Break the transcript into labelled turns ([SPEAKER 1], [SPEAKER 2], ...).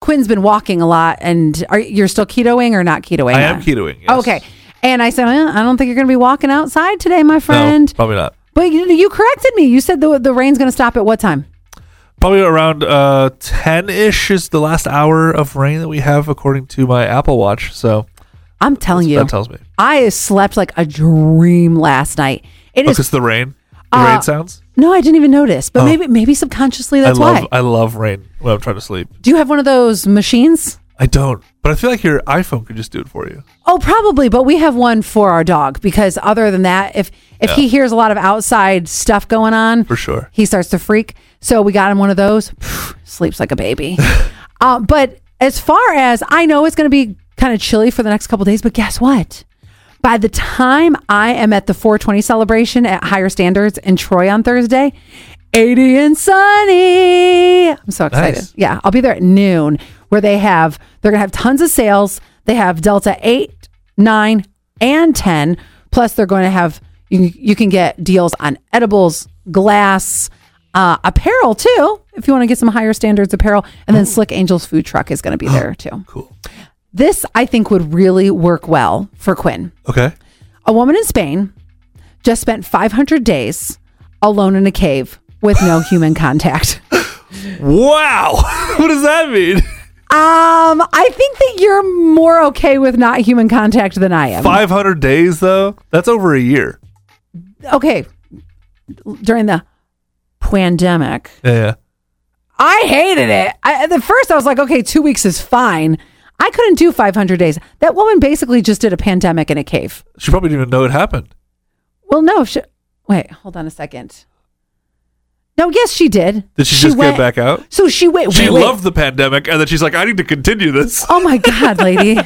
[SPEAKER 1] Quinn's been walking a lot, and are you're still ketoing or not ketoing? Oh,
[SPEAKER 2] I am ketoing, yes.
[SPEAKER 1] Okay, and I said, well, I don't think you're going to be walking outside today, my friend.
[SPEAKER 2] No, probably not.
[SPEAKER 1] But you, you corrected me. You said the the rain's going to stop at what time?
[SPEAKER 2] Probably around uh, 10 ish is the last hour of rain that we have, according to my Apple Watch. So
[SPEAKER 1] I'm telling you,
[SPEAKER 2] that tells me.
[SPEAKER 1] I slept like a dream last night. It is
[SPEAKER 2] Because Oh, the rain, the
[SPEAKER 1] Uh,
[SPEAKER 2] rain sounds.
[SPEAKER 1] no, I didn't even notice, but
[SPEAKER 2] Oh.
[SPEAKER 1] maybe maybe subconsciously
[SPEAKER 2] I
[SPEAKER 1] that's
[SPEAKER 2] love,
[SPEAKER 1] why.
[SPEAKER 2] I love rain when I'm trying to sleep.
[SPEAKER 1] Do you have one of those machines?
[SPEAKER 2] I don't, but I feel like your iPhone could just do it for you.
[SPEAKER 1] Oh, probably, but we have one for our dog because other than that, if if he hears a lot of outside stuff going on,
[SPEAKER 2] For sure.
[SPEAKER 1] he starts to freak. So we got him one of those. Sleeps like a baby. uh, but as far as I know, it's going to be kind of chilly for the next couple days. But guess what? By the time I am at the 420 celebration at Higher Standards in Troy on Thursday, 80 and sunny. I'm so excited.
[SPEAKER 2] Nice.
[SPEAKER 1] Yeah, I'll be there at noon where they have, they're going to have tons of sales. They have Delta 8, 9, and 10. Plus, they're going to have, you, you can get deals on edibles, glass, uh, apparel too, if you want to get some higher standards apparel. And then Slick Angels Food Truck is going to be there too.
[SPEAKER 2] Cool.
[SPEAKER 1] This, I think, would really work well for Quinn.
[SPEAKER 2] Okay.
[SPEAKER 1] A woman in Spain just spent 500 days alone in a cave with no human contact.
[SPEAKER 2] Wow. what does that mean?
[SPEAKER 1] Um, I think that you're more okay with not human contact than I am.
[SPEAKER 2] 500 days, though? That's over a year.
[SPEAKER 1] Okay. During the pandemic,
[SPEAKER 2] Yeah. yeah.
[SPEAKER 1] I hated it. I, at the first, I was like, okay, two weeks is fine. I couldn't do 500 days. That woman basically just did a pandemic in a cave.
[SPEAKER 2] She probably didn't even know it happened.
[SPEAKER 1] Well, no. She, wait, hold on a second. No, yes, she did.
[SPEAKER 2] Did she, just
[SPEAKER 1] went,
[SPEAKER 2] get back out?
[SPEAKER 1] So she went.
[SPEAKER 2] She
[SPEAKER 1] wait, wait.
[SPEAKER 2] loved the pandemic, and then she's like, I need to continue this.
[SPEAKER 1] Oh my God, lady.